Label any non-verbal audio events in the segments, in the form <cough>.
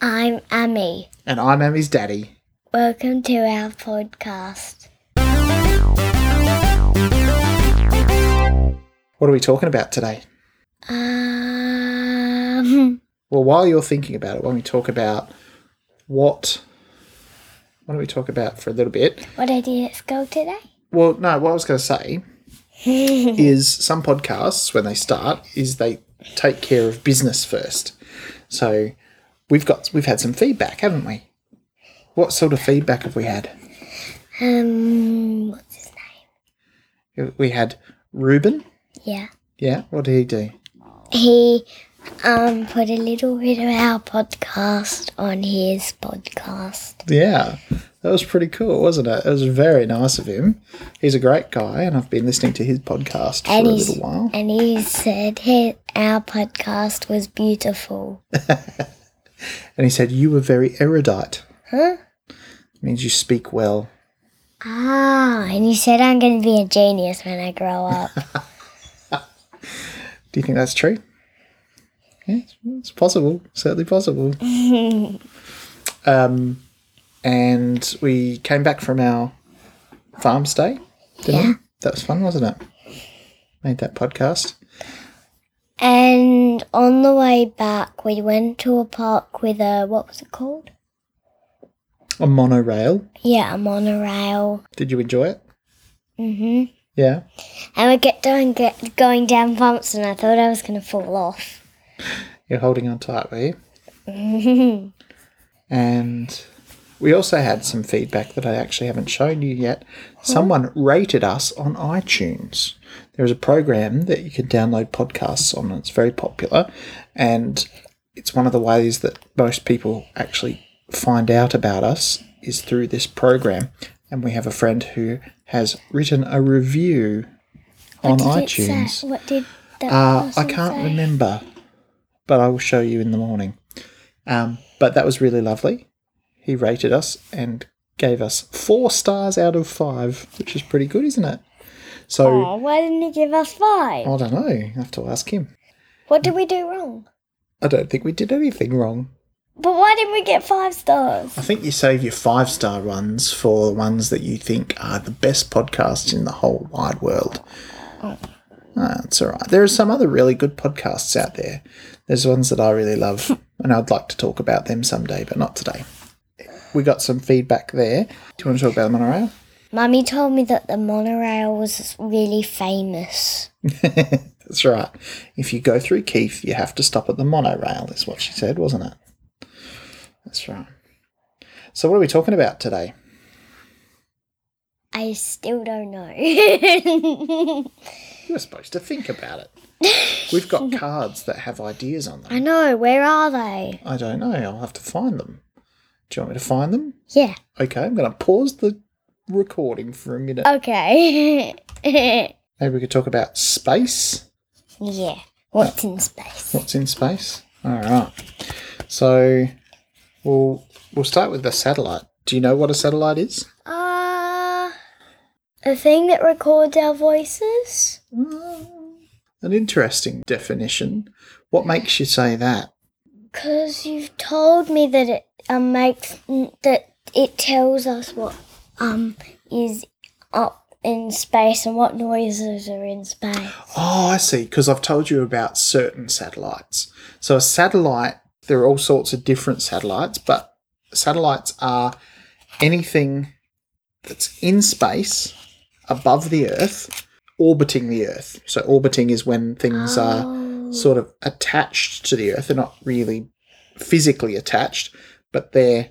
I'm Amy. And I'm Emmy's daddy. Welcome to our podcast. What are we talking about today? Um, <laughs> Well, while you're thinking about it, why don't we talk about what? Why don't we talk about for a little bit? what I did at school today? Well, no, what I was going to say is some podcasts when they start is they take care of business first. So we've got we've had some feedback, haven't we? What sort of feedback have we had? Um, what's his name? We had Ruben. Yeah. Yeah, what did he do? He um put a little bit of our podcast on his podcast. Yeah, that was pretty cool, wasn't it? It was very nice of him. He's a great guy, and I've been listening to his podcast for And a he's- little while. And he said his, our podcast was beautiful. And he said, You were very erudite. Huh? means you speak well. Ah, and he said I'm going to be a genius when I grow up. Do you think that's true? Yeah, it's- it's possible. Certainly <laughs> possible. um, and we came back from our farm stay. Didn't Yeah. we? That was fun, wasn't it? Made that podcast. And on the way back, we went to a park with a what was it called? A monorail. Yeah, a monorail. Did you enjoy it? hmm Yeah. And we kept down, get, going down bumps, and I thought I was gonna fall off. You're holding on tight, were you? Mhm. And we also had some feedback that I actually haven't shown you yet. Someone rated us on iTunes. There is a program that you can download podcasts on, and it's very popular. And it's one of the ways that most people actually find out about us is through this program. And we have a friend who has written a review on Did it say- iTunes. what did that Uh, I person can't say? remember, but I will show you in the morning. Um, but that was really lovely. He rated us and gave us four stars out of five, which is pretty good, isn't it? So Oh, why didn't he give us five? I don't know. I have to ask him. What did we do wrong? I don't think we did anything wrong. But why didn't we get five stars? I think you save your five star ones for the ones that you think are the best podcasts in the whole wide world. Ah, That's all right. There are some other really good podcasts out there. There's ones that I really love, and I'd like to talk about them someday, but not today. We got some feedback there. Do you want to talk about the monorail? Mummy told me that the monorail was really famous. That's right. If you go through Keith, you have to stop at the monorail, is what she said, wasn't it? That's right. So, what are we talking about today? I still don't know. <laughs> You were supposed to think about it. We've got cards that have ideas on I them. know. Where are they? I don't know. I'll have to find them. Do you want me to find them? Yeah. Okay, I'm going to pause the recording for a minute. Okay. <laughs> yeah. Maybe we could talk about space. What's in space? What's in space? All right. So, we'll we'll start with the satellite. Do you know what a satellite is? Ah, a thing that records our voices. An interesting definition. What makes you say that? Cause you've told me that it um makes that it tells us what um is up in space and what noises are in space. Oh, I see. Because I've told you about certain satellites. So a satellite, there are all sorts of different satellites, but satellites are anything that's in space above the Earth, orbiting the Earth. So orbiting is when things are sort of attached to the Earth. They're not really physically attached, but they're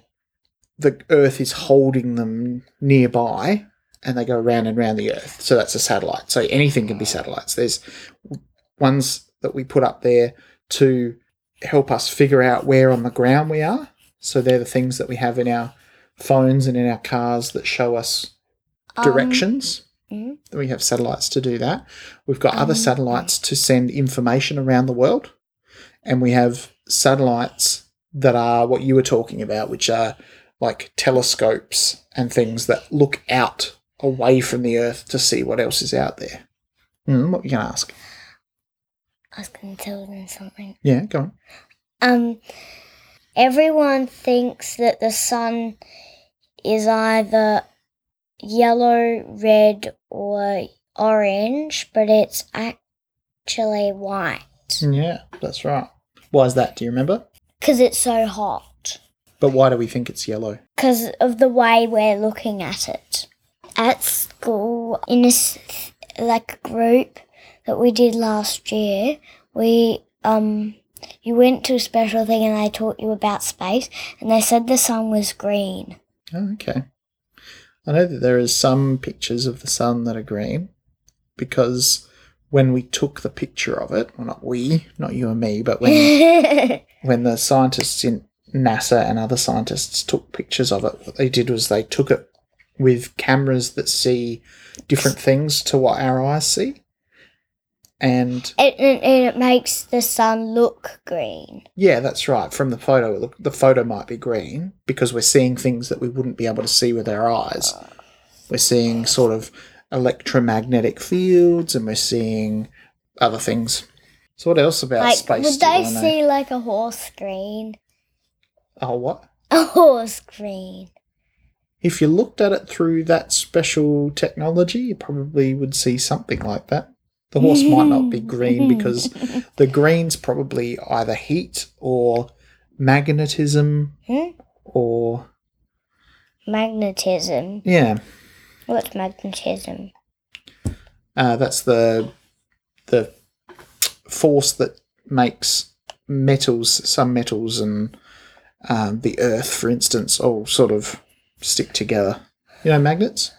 the Earth is holding them nearby and they go round and round the Earth. So that's a satellite. So anything can be satellites. There's ones that we put up there to help us figure out where on the ground we are. So they're the things that we have in our phones and in our cars that show us Oh, Um, directions. mhm. We have satellites to do that. We've got other satellites to send information around the world. And we have satellites that are what you were talking about, which are like telescopes and things that look out away from the Earth to see what else is out there. Mm, what were you going to ask? um, I was gonna tell them something. Yeah, go on. Um, everyone thinks that the sun is either yellow, red, or orange, but it's actually white Yeah, that's right. Why is that? Do you remember? because it's so hot But why do we think it's yellow? because of the way we're looking at it. At school, in this like group that we did last year, we um you went to a special thing and they taught you about space and they said the sun was green. Oh, okay. I know that there is some pictures of the sun that are green because when we took the picture of it, well, not we, not you and me, but <laughs> when when the scientists in NASA and other scientists took pictures of it, what they did was they took it with cameras that see different things to what our eyes see. And It, and and it makes the sun look green. yeah, that's right. From the photo, it look, the photo might be green because we're seeing things that we wouldn't be able to see with our eyes. We're seeing sort of electromagnetic fields and we're seeing other things. So, what else about like, space? would do you they wanna know? see like a horse green? <laughs> Oh, what? A horse green. if you looked at it through that special technology, you probably would see something like that. The horse might not <laughs> be green because the green's probably either heat or magnetism Hmm? or Magnetism. yeah, What's magnetism? uh, that's the the force that makes metals, some metals, and um, the earth, for instance, all sort of stick together. You know, magnets.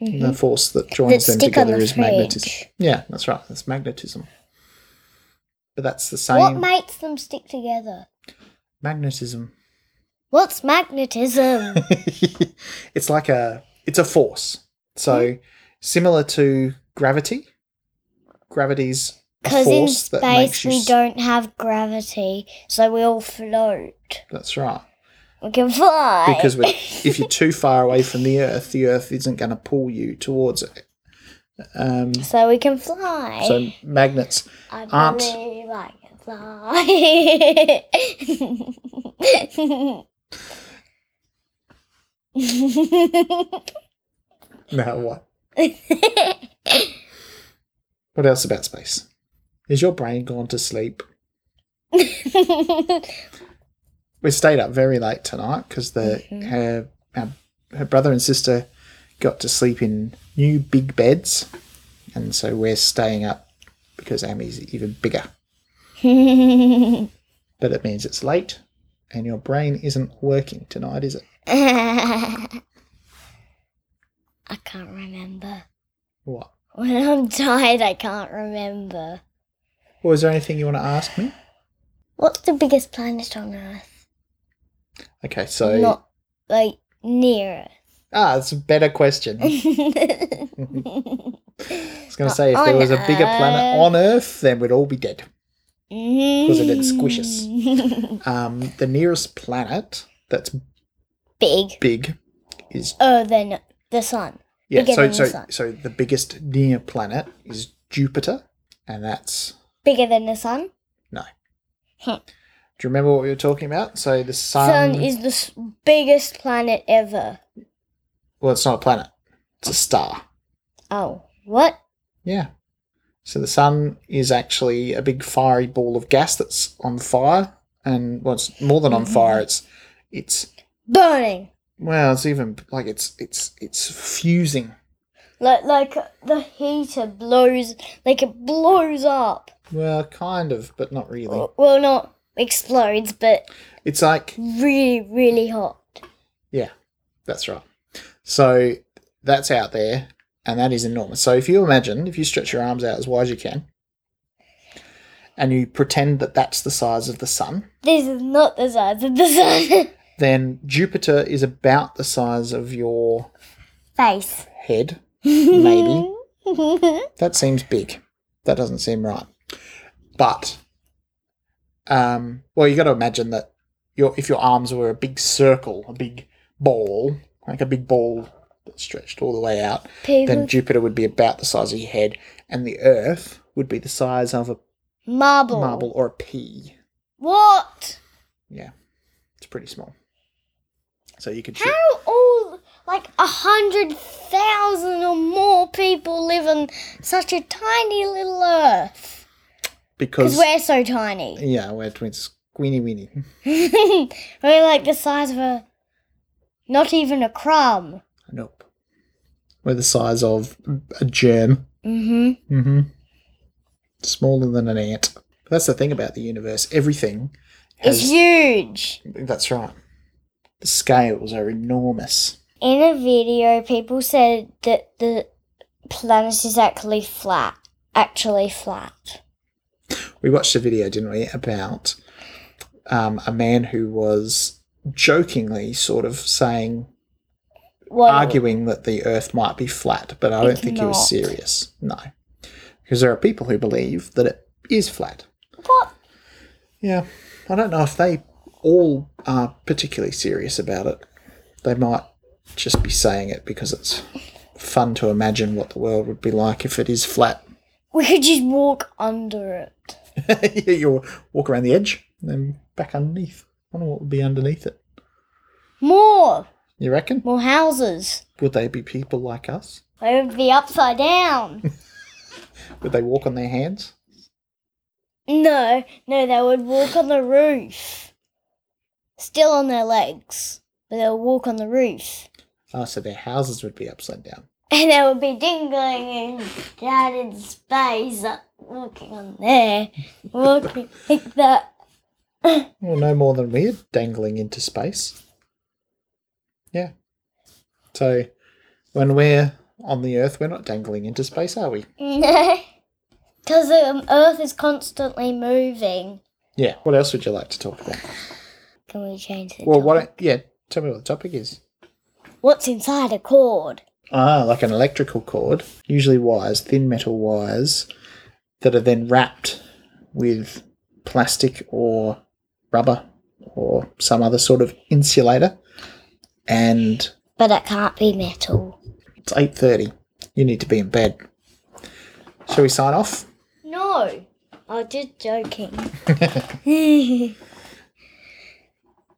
The force that joins That them Mm-hmm. stick on together the is magnetism. fridge. Yeah, that's right. That's magnetism. But that's the What same makes them stick together? magnetism. <laughs> What's magnetism? it's like a it's a force. So Hmm? similar to gravity. Gravity's a Because in force that makes space you. we s- don't have gravity, so we all float. That's right. We can fly. Because we Oh. if you're too far away from the Earth, the Earth isn't going to pull you towards it. Um, <laughs> so we can fly. so magnets I aren't- believe I can fly. No, what? what else about space? Is your brain gone to sleep? We stayed up very late tonight because the her, our, her brother and sister got to sleep in new big beds, and so we're staying up because Amy's even bigger. But it means it's late, and your brain isn't working tonight, is it? I can't remember. What? When I'm tired, I can't remember. Or is there anything you want to ask me? What's the biggest planet on Earth? Okay, so Not like near ah, it's a better question. I Earth. <laughs> was going to say if <laughs> there On was a bigger planet Earth. on Earth, then we'd all be dead. Because it <laughs> is squishes. Um, the nearest planet that's Big. big is Oh, then the sun. yeah. Bigger So than the so sun. so the biggest near planet is Jupiter, and that's Bigger than the sun. no. Huh. Do you remember what we were talking about? So the sun, sun is the s- biggest planet ever. well, it's not a planet; it's a star. Oh, what? Yeah. So the sun is actually a big fiery ball of gas that's on fire, and well, it's more than on Mm-hmm. fire. It's it's Burning. well, it's even like it's it's it's fusing. Like like the heater blows. Like it blows up. Well, kind of, but not really. Well, not explodes, but It's like really really hot. Yeah, that's right. So that's out there, and that is enormous. So if you imagine, if you stretch your arms out as wide as you can, and you pretend that that's the size of the sun, This is not the size of the sun. <laughs> then Jupiter is about the size of your Face. head, <laughs> maybe. that seems big. That doesn't seem right. But, um, well, you got to imagine that your if your arms were a big circle, a big ball, like a big ball that stretched all the way out, then People. Jupiter would be about the size of your head, and the Earth would be the size of a Marble. marble or a pea. What? Yeah. pretty small. So you could shoot. How all like a hundred thousand or more people live on such a tiny little Earth? Because Because, we're so tiny. <laughs> yeah, we're twins. Weenie weenie. we're like the size of a not even a crumb. Nope. We're the size of a germ. Mm-hmm. Mm-hmm. Smaller than an ant. But that's the thing about the universe. Everything It's has. huge. That's right. The scales are enormous. In a video, people said that the planet is actually flat. Actually flat. We watched a video, didn't we, about um, a man who was jokingly sort of saying, What? arguing that the Earth might be flat, but I don't It's think he was not. serious. No. Because there are people who believe that it is flat. What? Yeah, I don't know if they all are particularly serious about it. They might just be saying it because it's fun to imagine what the world would be like if it is flat. <laughs> We could just walk under it. You'll walk around the edge and then back underneath. I wonder what would be underneath it. More, You reckon? more houses. Would they be people like us? They would be upside down. Would they walk on their hands? no, no, they would walk on the roof. Still on their legs, but they'll walk on the roof. <laughs> Ah, so their houses would be upside down. And they would be dingling and down in space, like walking on there, walking <laughs> like that. Well, no more than we're dangling into space. Yeah. So when we're on the Earth, we're not dangling into space, are we? No. Because um, Earth is constantly moving. Yeah. What else would you like to talk about? Can we change the Well, topic? why don't yeah? Tell me what the topic is. What's inside a cord? Ah, like an electrical cord, usually wires, thin metal wires, that are then wrapped with plastic or rubber or some other sort of insulator. And But it can't be metal. it's eight thirty. You need to be in bed. Shall we sign off? No. I was just joking.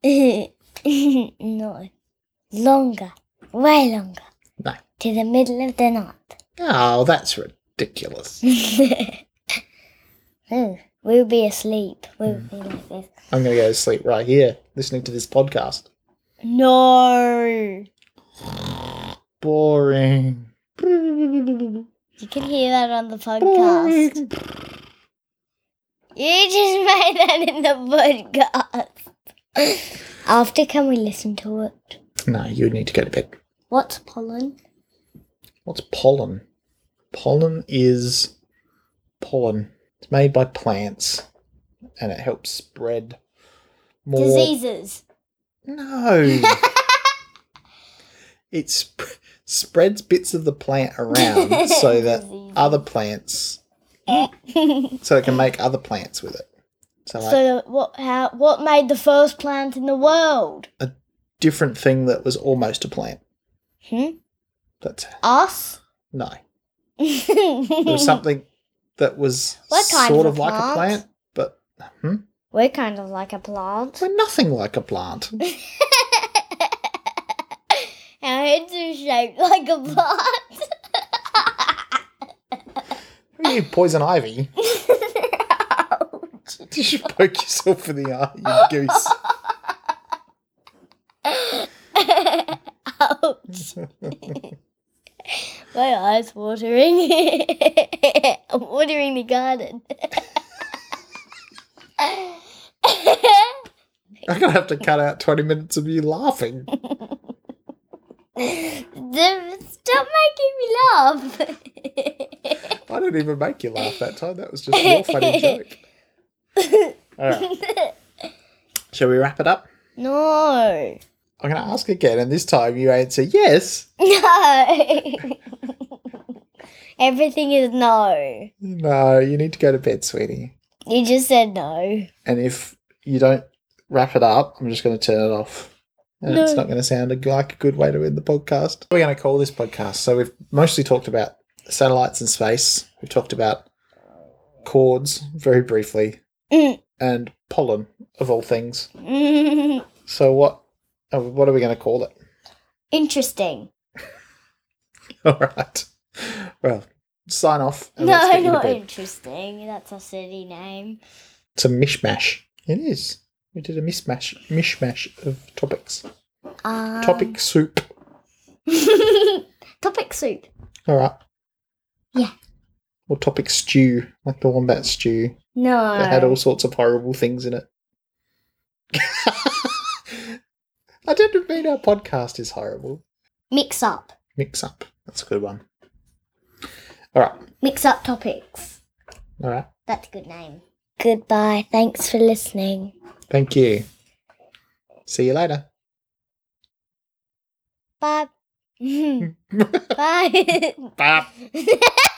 <laughs> no. Longer. Way longer. No. To the middle of the night. Oh, that's ridiculous. <laughs> Hmm. We'll be asleep. We'll be like this. I'm going to go to sleep right here listening to this podcast. No. Boring. You can hear that on the podcast. You just <laughs> made that in the podcast. After, can we listen to it? No, you need to go to bed. What's pollen? What's pollen? Pollen is pollen. It's made by plants and it helps spread more. <laughs> Diseases. <laughs> No. it sp- spreads bits of the plant <laughs> around so that Diseases. other plants, so it can make other plants with it. So, like, so what? How? What made the first plant in the world? different thing that was almost a plant. Hmm? That's Us. <laughs> no. There was We're <laughs> something that was What kind sort of of, a like a plant? plant, but hmm? kind of like a plant. <laughs> we're nothing like a plant. Our heads are shaped like a <laughs> plant. Who are you, poison ivy? <laughs> You should poke yourself in the eye, you <laughs> Ouch. goose. <laughs> My eyes watering. <laughs> I'm watering the garden. <laughs> I'm gonna have to cut out 20 minutes of you laughing. Stop making me laugh. I didn't even make you laugh that time. That was just your funny joke. All right, shall we wrap it up? no. I'm gonna ask again, and this time you answer yes. No. <laughs> Everything is no. No, you need to go to bed, sweetie. You just said no. <laughs> And if you don't wrap it up, I'm just going to turn it off. And it's No. not going to sound a- like a good way to end the podcast. We're going to call this podcast. So we've mostly talked about satellites and space. We've talked about cords very briefly Mm. and pollen of all things. So what? oh, What are we going to call it? Interesting. <laughs> All right. Well, sign off. and let's no, get you to not bed. interesting. That's a silly name. It's a mishmash. It is. We did a mishmash, mishmash of topics. Um, Topic soup. <laughs> topic soup. All right. Yeah. Or topic stew, like the wombat stew No. that had all sorts of horrible things in it. <laughs> I didn't mean our podcast is horrible. Mix up. Mix up. That's a good one. All right. Mix up topics. All right. That's a good name. Goodbye. Thanks for listening. Thank you. See you later. <laughs> Bye. <laughs> Bye. Bye.